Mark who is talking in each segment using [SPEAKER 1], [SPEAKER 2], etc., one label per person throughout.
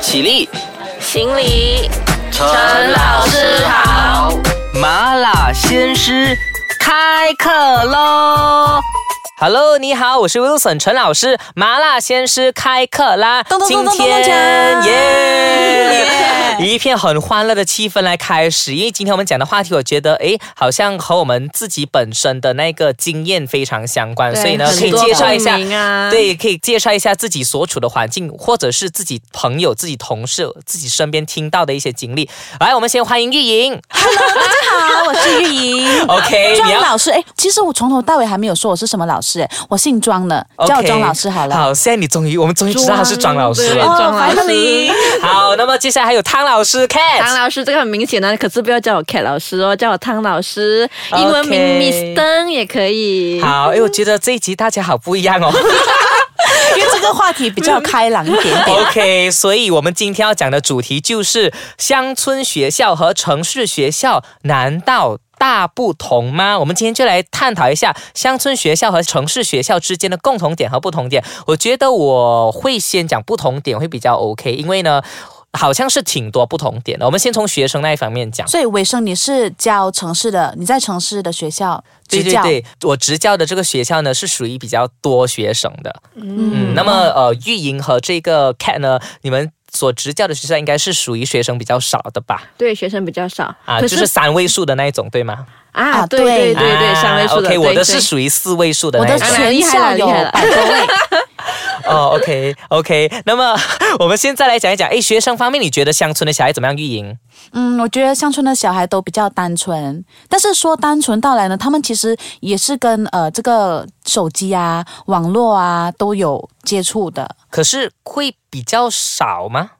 [SPEAKER 1] 起立，
[SPEAKER 2] 行礼，
[SPEAKER 1] 陈
[SPEAKER 2] 老师好，
[SPEAKER 1] 麻辣鲜师开课喽！
[SPEAKER 3] Hello，你好，我是 Wilson 陈老师，麻辣鲜师开课啦！
[SPEAKER 2] 咚咚咚
[SPEAKER 3] 今
[SPEAKER 2] 咚咚咚
[SPEAKER 3] 天
[SPEAKER 2] 锵
[SPEAKER 3] 耶， 一片很欢乐的气氛来开始，因为今天我们讲的话题，我觉得诶，好像和我们自己本身的那个经验非常相关，
[SPEAKER 2] 对
[SPEAKER 3] 所以呢，
[SPEAKER 2] 很
[SPEAKER 3] 可以
[SPEAKER 2] 多
[SPEAKER 3] 介绍一下
[SPEAKER 2] 共鸣啊，
[SPEAKER 3] 对，可以介绍一下自己所处的环境，或者是自己朋友、自己同事、自己身边听到的一些经历。来，我们先欢迎玉莹 啊
[SPEAKER 4] 好，我是玉莹。
[SPEAKER 3] ，OK，
[SPEAKER 4] 庄老师，哎、其实我从头到尾还没有说我是什么老师、哎，我姓庄的，叫我
[SPEAKER 3] OK，
[SPEAKER 4] 庄老师好了。
[SPEAKER 3] 好，现在你终于，我们终于知道他是庄老师
[SPEAKER 2] 对
[SPEAKER 3] 了。
[SPEAKER 2] 庄老师
[SPEAKER 4] finally
[SPEAKER 3] 好，那么接下来还有汤老师
[SPEAKER 2] 唐
[SPEAKER 3] Cat。
[SPEAKER 2] 老师这个很明显的，可是不要叫我 Cat 老师哦，叫我汤老师，
[SPEAKER 3] OK
[SPEAKER 2] 英文名 Miss 灯也可以。
[SPEAKER 3] 好，哎，我觉得这一集大家好不一样 哦。
[SPEAKER 4] 因为这个话题比较开朗一 点
[SPEAKER 3] 嗯
[SPEAKER 4] 点。
[SPEAKER 3] OK，所以我们今天要讲的主题就是乡村学校和城市学校难道大不同吗？我们今天就来探讨一下乡村学校和城市学校之间的共同点和不同点。我觉得我会先讲不同点会比较 OK，因为呢，好像是挺多不同点的。我们先从学生那一方面讲。
[SPEAKER 4] 所以，维生，你是教城市的，你在城市的学校
[SPEAKER 3] 对
[SPEAKER 4] 执
[SPEAKER 3] 对
[SPEAKER 4] 教，
[SPEAKER 3] 对，我执教的这个学校呢是属于比较多学生的。嗯，
[SPEAKER 4] 嗯
[SPEAKER 3] 那么呃，玉莹和这个 Cat 呢，你们所执教的学校应该是属于学生比较少的吧？
[SPEAKER 2] 对，学生比较少，
[SPEAKER 3] 啊，
[SPEAKER 2] 可
[SPEAKER 3] 就是是三位数的那一种，对吗？
[SPEAKER 2] 啊，
[SPEAKER 4] 啊
[SPEAKER 2] 对对
[SPEAKER 4] 对
[SPEAKER 2] 对对，
[SPEAKER 3] 啊
[SPEAKER 2] 三位数的。
[SPEAKER 3] OK，我
[SPEAKER 2] 对
[SPEAKER 3] 的
[SPEAKER 2] 对
[SPEAKER 3] 是属于四位数的
[SPEAKER 4] 我
[SPEAKER 3] 那
[SPEAKER 4] 的
[SPEAKER 3] 一种。
[SPEAKER 4] 全
[SPEAKER 2] 厉害了
[SPEAKER 4] 校有
[SPEAKER 2] 厉害了
[SPEAKER 4] 百多位。
[SPEAKER 3] 哦，OK OK。那么我们现在来讲一讲，哎，学生方面，你觉得乡村的小孩怎么样？玉莹，
[SPEAKER 4] 嗯，我觉得乡村的小孩都比较单纯，但是说单纯到来呢，他们其实也是跟呃这个手机啊、网络啊都有接触的。
[SPEAKER 3] 可是会比较少吗？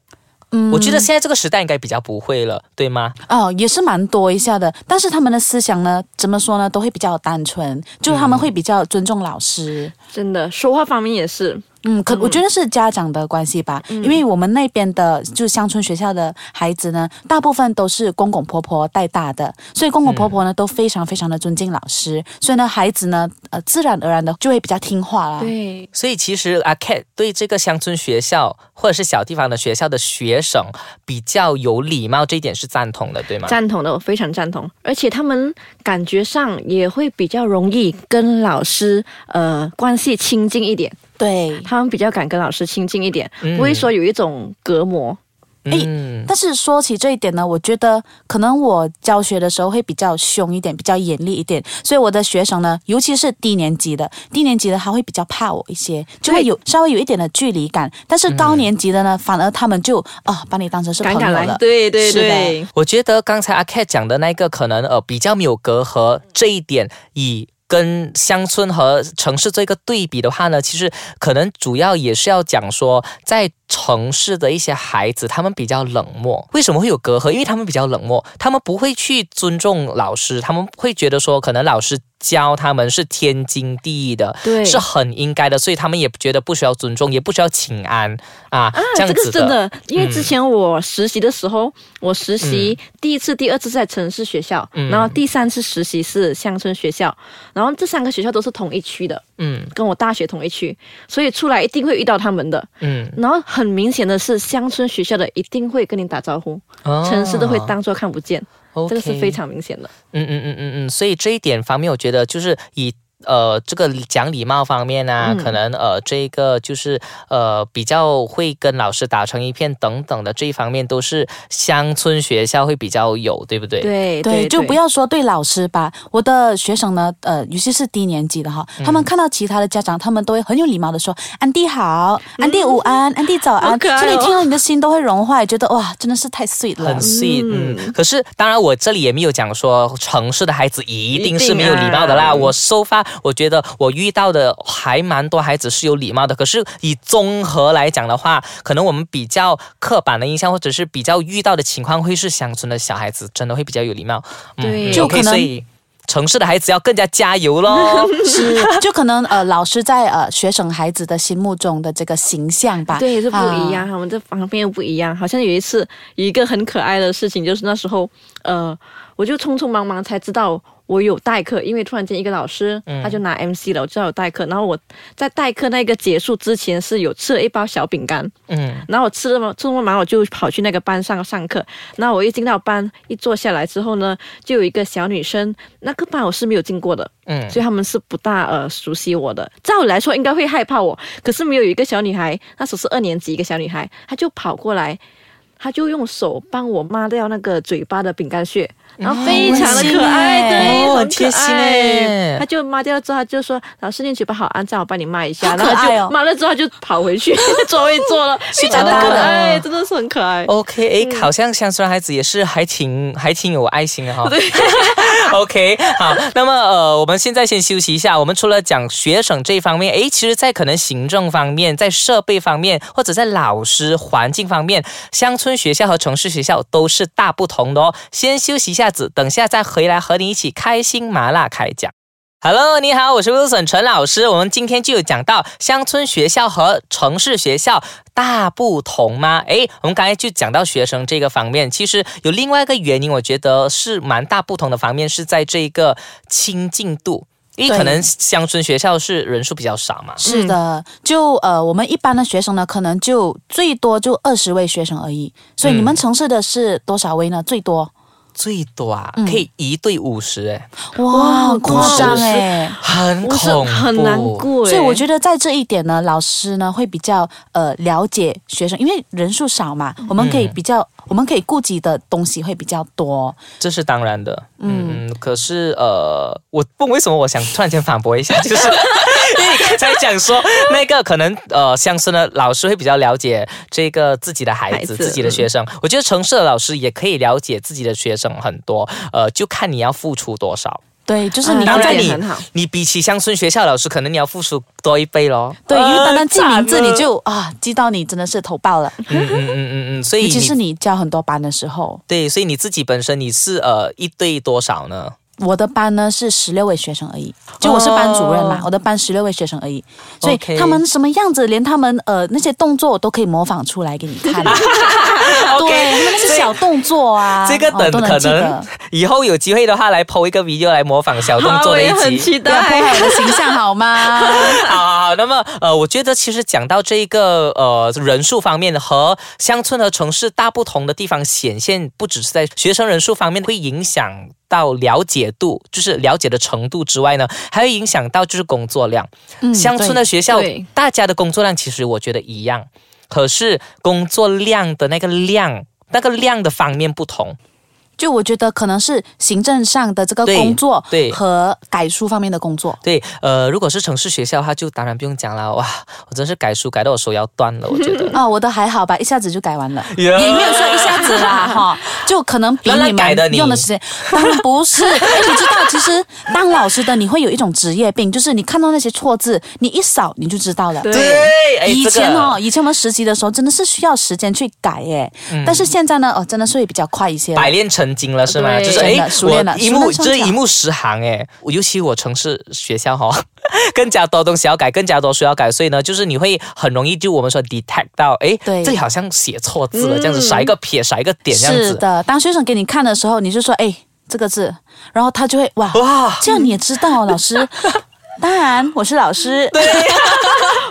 [SPEAKER 4] 嗯
[SPEAKER 3] 我觉得现在这个时代应该比较不会了，对吗？
[SPEAKER 4] 哦，也是蛮多一下的，但是他们的思想呢，怎么说呢，都会比较单纯，就是他们会比较尊重老师。
[SPEAKER 2] 真的，说话方面也是，
[SPEAKER 4] 嗯，可我觉得是家长的关系吧，因为我们那边的就乡村学校的孩子呢，大部分都是公公婆婆带大的，所以公公婆婆呢、都非常非常的尊敬老师，所以呢，孩子呢，呃，自然而然的就会比较听话
[SPEAKER 3] 啊
[SPEAKER 4] 啦。
[SPEAKER 2] 对，
[SPEAKER 3] 所以其实阿 Cat 对这个乡村学校或者是小地方的学校的学生比较有礼貌，这一点是赞同的，对吗？
[SPEAKER 2] 赞同的，我非常赞同。而且他们感觉上也会比较容易跟老师呃关系亲近一点，
[SPEAKER 4] 对，
[SPEAKER 2] 他们比较敢跟老师亲近一点，
[SPEAKER 3] 嗯
[SPEAKER 2] 不会说有一种隔膜。
[SPEAKER 3] 嗯，
[SPEAKER 4] 但是说起这一点呢，我觉得可能我教学的时候会比较凶一点，比较严厉一点，所以我的学生呢，尤其是低年级的，低年级的他会比较怕我一些，就会有稍微有一点的距离感。但是高年级的呢，反而他们就啊、把你当成是朋
[SPEAKER 2] 敢敢
[SPEAKER 4] 友
[SPEAKER 2] 嗯来
[SPEAKER 4] 了，。
[SPEAKER 2] 对对
[SPEAKER 4] 是的
[SPEAKER 2] 对，
[SPEAKER 3] 我觉得刚才阿 Cat 讲的那个可能呃比较没有隔阂这一点，以跟乡村和城市做一个对比的话呢，其实可能主要也是要讲说，在城市的一些孩子，他们比较冷漠。为什么会有隔阂？因为他们比较冷漠，他们不会去尊重老师，他们会觉得说，可能老师教他们是天经地义的，
[SPEAKER 2] 对啊
[SPEAKER 3] 是很应该的，所以他们也觉得不需要尊重，也不需要请安啊，这样
[SPEAKER 2] 这个
[SPEAKER 3] 子
[SPEAKER 2] 是真的，因为之前我实习的时候，我实习第一次、第二次是在城市学校，
[SPEAKER 3] 嗯
[SPEAKER 2] 然后第三次实习是乡村学校，然后这三个学校都是同一区的，
[SPEAKER 3] 嗯
[SPEAKER 2] 跟我大学同一区，所以出来一定会遇到他们的。
[SPEAKER 3] 嗯，
[SPEAKER 2] 然后很明显的是，乡村学校的一定会跟你打招呼，
[SPEAKER 3] 哦
[SPEAKER 2] 城市的会当做看不见，这个是
[SPEAKER 3] OK
[SPEAKER 2] 非常明显的。
[SPEAKER 3] 嗯嗯嗯嗯嗯，所以这一点方面，我觉得就是以呃这个讲礼貌方面啊，
[SPEAKER 2] 嗯
[SPEAKER 3] 可能呃这个就是呃比较会跟老师打成一片等等的这一方面，都是乡村学校会比较有，对不对？
[SPEAKER 2] 对
[SPEAKER 4] 对，就不要说对老师吧。我的学生呢，呃，尤其是低年级的哈，
[SPEAKER 2] 嗯
[SPEAKER 4] 他们看到其他的家长，他们都会很有礼貌的说：“安迪好，安迪午安，安迪早
[SPEAKER 2] 嗯好
[SPEAKER 4] 安。”
[SPEAKER 2] 可爱哦
[SPEAKER 4] 所以你听了，你的心都会融化，觉得哇，真的是太 sweet 了
[SPEAKER 3] 很。sweet，
[SPEAKER 2] 嗯
[SPEAKER 3] 嗯可是当然，我这里也没有讲说城市的孩子一定是没有礼貌的
[SPEAKER 2] 一定
[SPEAKER 3] 啦。
[SPEAKER 2] 啊
[SPEAKER 3] 我收发，我觉得我遇到的还蛮多孩子是有礼貌的。可是以综合来讲的话，可能我们比较刻板的印象，或者是比较遇到的情况，会是乡村的小孩子真的会比较有礼貌。
[SPEAKER 2] 对
[SPEAKER 3] 嗯
[SPEAKER 2] 就
[SPEAKER 3] OK，
[SPEAKER 4] 可能
[SPEAKER 3] 所以城市的孩子要更加加油喽。
[SPEAKER 4] 是， 就可能呃，老师在呃学生孩子的心目中的这个形象吧，
[SPEAKER 2] 对，是不一
[SPEAKER 4] 啊
[SPEAKER 2] 样，他们这方面不一样。好像有一次，有一个很可爱的事情，就是那时候，呃，我我就匆匆忙忙才知道我有代课，因为突然间一个老师
[SPEAKER 3] 嗯
[SPEAKER 2] 他就拿 MC 了，我知道有代课。然后我在代课那个结束之前是有吃了一包小饼干，
[SPEAKER 3] 嗯
[SPEAKER 2] 然后我吃了嘛，吃完完我就跑去那个班上上课。然后我一进到班，一坐下来之后呢，就有一个小女生，那个班我是没有进过的，
[SPEAKER 3] 嗯
[SPEAKER 2] 所以他们是不大呃熟悉我的。照理来说应该会害怕我，可是没有有一个小女孩，那时候是二年级一个小女孩，她就跑过来，她就用手帮我抹掉那个嘴巴的饼干屑，然后非常的可爱，对，
[SPEAKER 3] 哦
[SPEAKER 2] 很
[SPEAKER 3] 贴心
[SPEAKER 2] 可
[SPEAKER 3] 耶
[SPEAKER 2] 爱。她就抹掉了之后，她就说：“老师，你嘴巴好肮脏，我帮你抹一下。”
[SPEAKER 4] 好
[SPEAKER 2] 然
[SPEAKER 4] 可
[SPEAKER 2] 后她
[SPEAKER 4] 爱哦
[SPEAKER 2] 就抹了之后她就跑回去 座位坐了，非常的
[SPEAKER 4] 长大
[SPEAKER 2] 可
[SPEAKER 4] 了
[SPEAKER 2] 爱， 哎哦真的是很可爱。
[SPEAKER 3] ，OK，哎，好像乡村孩子也是还挺还挺有爱心的哈、OK，好， 那么呃，我们现在先休息一下。我们除了讲学生这一方面，诶，其实在可能行政方面、在设备方面，或者在老师环境方面，乡村学校和城市学校都是大不同的哦。先休息一下子，等下再回来和你一起开心麻辣开讲。Hello，你好，我是 Wilson 陈老师。我们今天就有讲到乡村学校和城市学校大不同吗？诶，我们刚才就讲到学生这个方面，其实有另外一个原因，我觉得是蛮大不同的方面是在这个亲近度，因为
[SPEAKER 4] 对
[SPEAKER 3] 可能乡村学校是人数比较少嘛。
[SPEAKER 4] 是
[SPEAKER 2] 嗯
[SPEAKER 4] 的，就呃，我们一般的学生呢，可能就最多就二十位学生而已。所以
[SPEAKER 3] 嗯
[SPEAKER 4] 你们城市的是多少位呢？最多
[SPEAKER 3] 最多啊，
[SPEAKER 4] 嗯
[SPEAKER 3] 可以一对五十，哎，
[SPEAKER 2] 哇
[SPEAKER 4] 哇，很夸张哎！
[SPEAKER 3] 很
[SPEAKER 2] 我是
[SPEAKER 3] 恐怖，
[SPEAKER 2] 很难过，欸
[SPEAKER 4] 所以我
[SPEAKER 2] 得
[SPEAKER 4] 觉得在这一点呢，老师呢会比较呃了解学生，因为人数少嘛，我们可
[SPEAKER 2] 嗯
[SPEAKER 4] 以比较，我们可以顾及的东西会比较多。
[SPEAKER 3] 这是当然的，嗯，可是呃，我不为什么我想突然间反驳一 下，就是因为你刚才讲说那个可能呃，乡村的老师会比较了解这个自己的孩子、
[SPEAKER 2] 孩子
[SPEAKER 3] 自己的学生，我觉得城市的老师也可以了解自己的学生很多，呃，就看你要付出多少。
[SPEAKER 4] 对，就是你
[SPEAKER 3] 嗯当
[SPEAKER 2] 啊
[SPEAKER 4] 要
[SPEAKER 3] 然，
[SPEAKER 2] 这
[SPEAKER 3] 你
[SPEAKER 2] 点很好
[SPEAKER 3] 你比起乡村学校老师，可能你要付出多一倍咯。
[SPEAKER 4] 对，因为单单
[SPEAKER 3] 呃
[SPEAKER 4] 记名字
[SPEAKER 3] 惨了
[SPEAKER 4] 你就啊记到你真的是头爆了，
[SPEAKER 3] 嗯嗯嗯嗯嗯，所以
[SPEAKER 4] 尤其是
[SPEAKER 3] 你
[SPEAKER 4] 你教很多班的时候，
[SPEAKER 3] 对，所以你自己本身你是呃一对多少呢？
[SPEAKER 4] 我的班呢是十六位学生而已，就我是班主任嘛，我的班十六位学生而已，所以
[SPEAKER 3] 哦 OK
[SPEAKER 4] 他们什么样子，连他们呃那些动作我都可以模仿出来给你 看。对，他们那些小动作啊，
[SPEAKER 3] 这个
[SPEAKER 4] 哦都
[SPEAKER 3] 等可
[SPEAKER 4] 记得
[SPEAKER 3] 能以后有机会的话，来 PO 一个 video 来模仿小动
[SPEAKER 2] 好，
[SPEAKER 3] 作
[SPEAKER 2] 我
[SPEAKER 3] 的一
[SPEAKER 2] 也很
[SPEAKER 3] 集。
[SPEAKER 2] 期
[SPEAKER 4] 不要破
[SPEAKER 2] 待。
[SPEAKER 4] 坏我的形象 好吗？
[SPEAKER 3] 好 好好，那么呃，我觉得其实讲到这个呃人数方面和乡村和城市大不同的地方，显现不只是在学生人数方面会影响到了解度，就是了解的程度之外呢，还会影响到就是工作量。
[SPEAKER 4] 嗯
[SPEAKER 3] 乡村的学校
[SPEAKER 2] 对，
[SPEAKER 3] 大家的工作量其实我觉得一样，可是工作量的那个量，那个量的方面不同。
[SPEAKER 4] 就我觉得可能是行政上的这个
[SPEAKER 3] 对
[SPEAKER 4] 工作，
[SPEAKER 3] 对
[SPEAKER 4] 和改书方面的工作。。
[SPEAKER 3] 对，呃，如果是城市学校的话，就当然不用讲了。哇，我真是改书改到我手要断了，我觉得
[SPEAKER 4] 啊、我的还好吧，一下子就改完了
[SPEAKER 3] Yeah
[SPEAKER 4] 也没有说一下子啦， 哈，就可能比
[SPEAKER 3] 乱乱
[SPEAKER 4] 你
[SPEAKER 3] 改的你
[SPEAKER 4] 们用的时间，当然不是。哎，你知道，其实当老师的你会有一种职业病，就是你看到那些错字，你一扫你就知道了。
[SPEAKER 2] 对，
[SPEAKER 3] 哎
[SPEAKER 4] 以前哦，
[SPEAKER 3] 这个
[SPEAKER 4] 以前我们实习的时候真的是需要时间去改耶，
[SPEAKER 3] 嗯
[SPEAKER 4] 但是现在呢，哦，真的是会比较快一些了。
[SPEAKER 3] 百炼成金了是吗？
[SPEAKER 2] 对
[SPEAKER 3] 就是
[SPEAKER 4] 真的
[SPEAKER 3] 哎，
[SPEAKER 4] 熟练了
[SPEAKER 3] 我一
[SPEAKER 4] 熟
[SPEAKER 3] 目
[SPEAKER 4] 能生
[SPEAKER 3] 这
[SPEAKER 4] 巧
[SPEAKER 3] 一目十行哎，我尤其我城市学校哈、哦， 更加多东西要改，更加多书要改，所以呢，就是你会很容易就我们说 detect 到，哎，
[SPEAKER 4] 对
[SPEAKER 3] 这里好像写错字了，
[SPEAKER 2] 嗯
[SPEAKER 3] 这样子少一个撇，少一个点，这样
[SPEAKER 4] 是
[SPEAKER 3] 子。
[SPEAKER 4] 的，当学生给你看的时候，你就说哎这个字，然后他就会哇，
[SPEAKER 3] 哇，
[SPEAKER 4] 这样你也知道，老 师。当然，我是老师。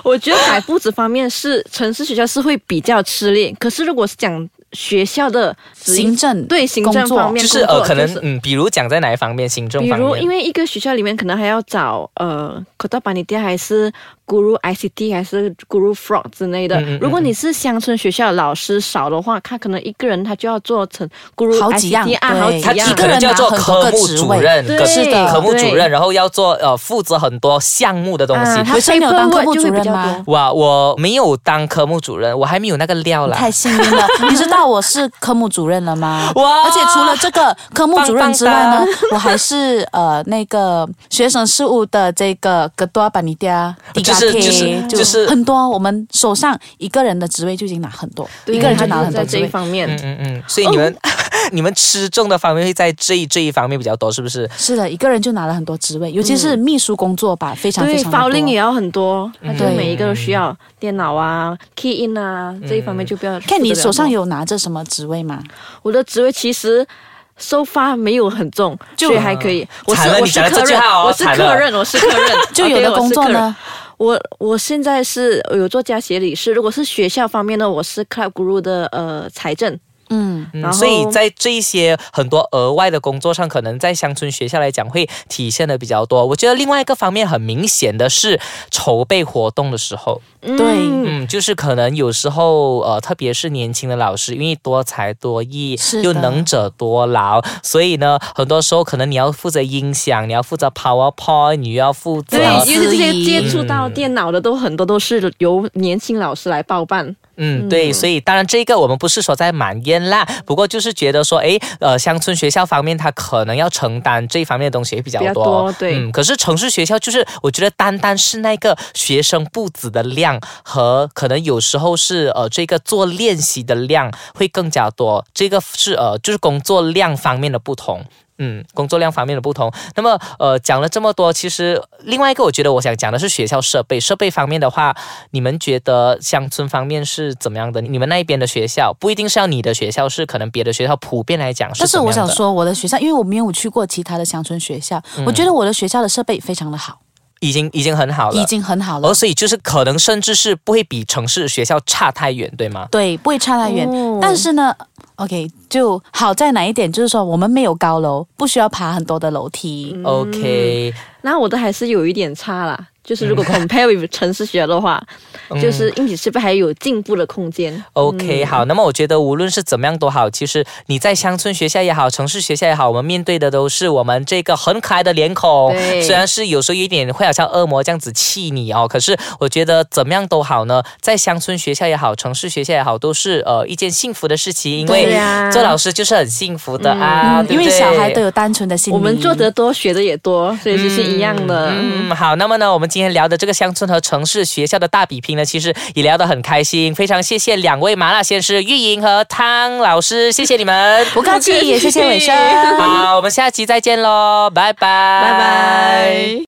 [SPEAKER 2] 我觉得改步子方面是城市学校是会比较吃力，可是如果是讲学校的职
[SPEAKER 4] 行政
[SPEAKER 2] 对行政
[SPEAKER 4] 工作
[SPEAKER 2] 方面
[SPEAKER 3] 就是
[SPEAKER 2] 工作
[SPEAKER 3] 呃，可能、
[SPEAKER 2] 就是
[SPEAKER 3] 嗯，比如讲在哪一方面，行政
[SPEAKER 2] 比
[SPEAKER 3] 方面，
[SPEAKER 2] 如，因为一个学校里面可能还要找呃 k o t a b a n i t 还是 Guru ICT 还是 Guru Frog 之类的。
[SPEAKER 3] 嗯嗯嗯
[SPEAKER 2] 如果你是乡村学校的老师少的话，他可能一个人他就要做成 Guru
[SPEAKER 4] 好几样
[SPEAKER 2] ICT 啊，
[SPEAKER 4] 对
[SPEAKER 2] 好几
[SPEAKER 3] 他
[SPEAKER 2] 样
[SPEAKER 3] 你。可能就要做科目主任，
[SPEAKER 2] 对
[SPEAKER 3] 科
[SPEAKER 2] 是
[SPEAKER 4] 的
[SPEAKER 3] 科目主
[SPEAKER 2] 对
[SPEAKER 3] 任，然后要做呃负责很多项目的东西。
[SPEAKER 2] 啊，他
[SPEAKER 4] 回身有当科目
[SPEAKER 2] paperwork 就会
[SPEAKER 4] 主任
[SPEAKER 2] 比较
[SPEAKER 4] 吗
[SPEAKER 2] 多
[SPEAKER 3] 哇，我没有当科目主任，我还没有那个料啦。
[SPEAKER 4] 太幸运 了！你知道我是科目主任了吗？
[SPEAKER 3] 哇
[SPEAKER 4] 而且除了这个科目主任之外
[SPEAKER 3] 棒
[SPEAKER 4] 呢
[SPEAKER 3] 棒，
[SPEAKER 4] 我还是呃那个学生事务的这个格多巴尼迪 亚迪
[SPEAKER 3] 就
[SPEAKER 4] 卡
[SPEAKER 3] 是
[SPEAKER 4] 贴，
[SPEAKER 3] 就是就是
[SPEAKER 4] 很多。我们手上一个人的职位就已经拿很多，
[SPEAKER 2] 对
[SPEAKER 4] 一个人就
[SPEAKER 2] 他
[SPEAKER 4] 拿了很多
[SPEAKER 2] 在这
[SPEAKER 4] 职
[SPEAKER 2] 一
[SPEAKER 4] 位。
[SPEAKER 2] 方面。
[SPEAKER 3] 嗯嗯嗯，所以你
[SPEAKER 2] 哦
[SPEAKER 3] 们、 你们吃重的方面会在这一这一方面比较多，是不是？
[SPEAKER 4] 是的，一个人就拿了很多职位，尤其是秘书工作吧，非常非
[SPEAKER 2] 对
[SPEAKER 4] 常地
[SPEAKER 2] ，filing
[SPEAKER 4] 多
[SPEAKER 2] 也要很多，
[SPEAKER 3] 嗯
[SPEAKER 2] 他就
[SPEAKER 4] 对
[SPEAKER 2] 每一个都需要电脑啊、key in
[SPEAKER 3] 嗯
[SPEAKER 2] 啊这一方面就不要。
[SPEAKER 4] 看你手上有拿着什么职位吗？。
[SPEAKER 2] 我的职位其实收发没有很重，所以还可以。我是
[SPEAKER 3] 惨了
[SPEAKER 2] 我
[SPEAKER 3] 你
[SPEAKER 2] 是
[SPEAKER 3] 讲的
[SPEAKER 2] 客
[SPEAKER 3] 这句
[SPEAKER 2] 人，
[SPEAKER 3] 话哦
[SPEAKER 2] 我是
[SPEAKER 3] 惨了
[SPEAKER 2] 客人，我是客人
[SPEAKER 4] 就有
[SPEAKER 2] OK，
[SPEAKER 4] 的
[SPEAKER 2] 哦我是
[SPEAKER 4] 工作
[SPEAKER 2] 客人
[SPEAKER 4] 呢，
[SPEAKER 2] 我我现在是有做家协理事，如果是学校方面呢，我是 Club Guru 的呃财政。
[SPEAKER 4] 嗯，
[SPEAKER 3] 嗯
[SPEAKER 2] 然后
[SPEAKER 3] 所以在这一些很多额外的工作上，可能在乡村学校来讲会体现的比较多。我觉得另外一个方面很明显的是筹备活动的时候，
[SPEAKER 2] 嗯
[SPEAKER 3] 嗯，就是可能有时候呃，特别是年轻的老师，因为多才多艺
[SPEAKER 4] 是，的
[SPEAKER 3] 又能者多劳，所以呢，很多时候可能你要负责音响，你要负责 PowerPoint，你又要负责
[SPEAKER 2] 对，
[SPEAKER 4] 老
[SPEAKER 2] 因为这些
[SPEAKER 4] 师
[SPEAKER 2] 接触到
[SPEAKER 4] 嗯
[SPEAKER 2] 电脑的都很多都是由年轻老师来包办。
[SPEAKER 3] 嗯，对，所以当然这个我们不是说在埋怨啦，不过就是觉得说，诶，呃，乡村学校方面它可能要承担这一方面的东西也比较
[SPEAKER 2] 比较
[SPEAKER 3] 多，
[SPEAKER 2] 多对
[SPEAKER 3] 嗯，可是城市学校就是我觉得单单是那个学生步子的量和可能有时候是呃这个做练习的量会更加多，这个是呃就是工作量方面的不同。嗯，工作量方面的不同。那么，呃，讲了这么多，其实另外一个，我觉得我想讲的是学校设备。设备方面的话，你们觉得乡村方面是怎么样的？你们那边的学校不一定是要你的学校，是可能别的学校普遍来讲是
[SPEAKER 4] 但是
[SPEAKER 3] 怎么
[SPEAKER 4] 我
[SPEAKER 3] 样的。嗯
[SPEAKER 4] 想说，我的学校，因为我没有去过其他的乡村学校，我觉得我的学校的设备非常的好，
[SPEAKER 3] 已经已经很好了，
[SPEAKER 4] 已经很好了
[SPEAKER 3] 哦，，所以就是可能甚至是不会比城市学校差太远，对吗？
[SPEAKER 4] 对，不会差太远。
[SPEAKER 2] 哦
[SPEAKER 4] 但是呢，OK，就好在哪一点，就是说我们没有高楼，不需要爬很多的楼梯。
[SPEAKER 3] OK，
[SPEAKER 2] 那我的还是有一点差啦，
[SPEAKER 3] 嗯
[SPEAKER 2] 就是如果 compare with 城市学的 话，就是硬体设备还有进步的空间。
[SPEAKER 4] 嗯
[SPEAKER 3] OK，、好，那么我觉得无论是怎么样都好，其实你在乡村学校也好，城市学校也好，我们面对的都是我们这个很可爱的脸孔，
[SPEAKER 2] 对
[SPEAKER 3] 虽然是有时候有一点会好像恶魔这样子气你哦，可是我觉得怎么样都好呢，在乡村学校也好，城市学校也好，都是呃一件幸福的事情，因
[SPEAKER 2] 对
[SPEAKER 3] 为
[SPEAKER 2] 呀
[SPEAKER 3] 做老师就是很幸福的啊，
[SPEAKER 4] 嗯
[SPEAKER 3] 对
[SPEAKER 4] 因
[SPEAKER 3] 不
[SPEAKER 4] 为
[SPEAKER 3] 对
[SPEAKER 4] 小孩都有单纯的心理。
[SPEAKER 2] 我们做得多，学的也多，所以其实一样的。
[SPEAKER 3] 嗯，好，那么呢，我们今天聊的这个乡村和城市学校的大比拼呢，其实也聊得很开心，非常谢谢两位麻辣先师玉莹和汤老师，谢谢你们。
[SPEAKER 4] 不 客气，也谢谢伟生。
[SPEAKER 3] 好，我们下期再见喽，拜拜，
[SPEAKER 2] 拜拜。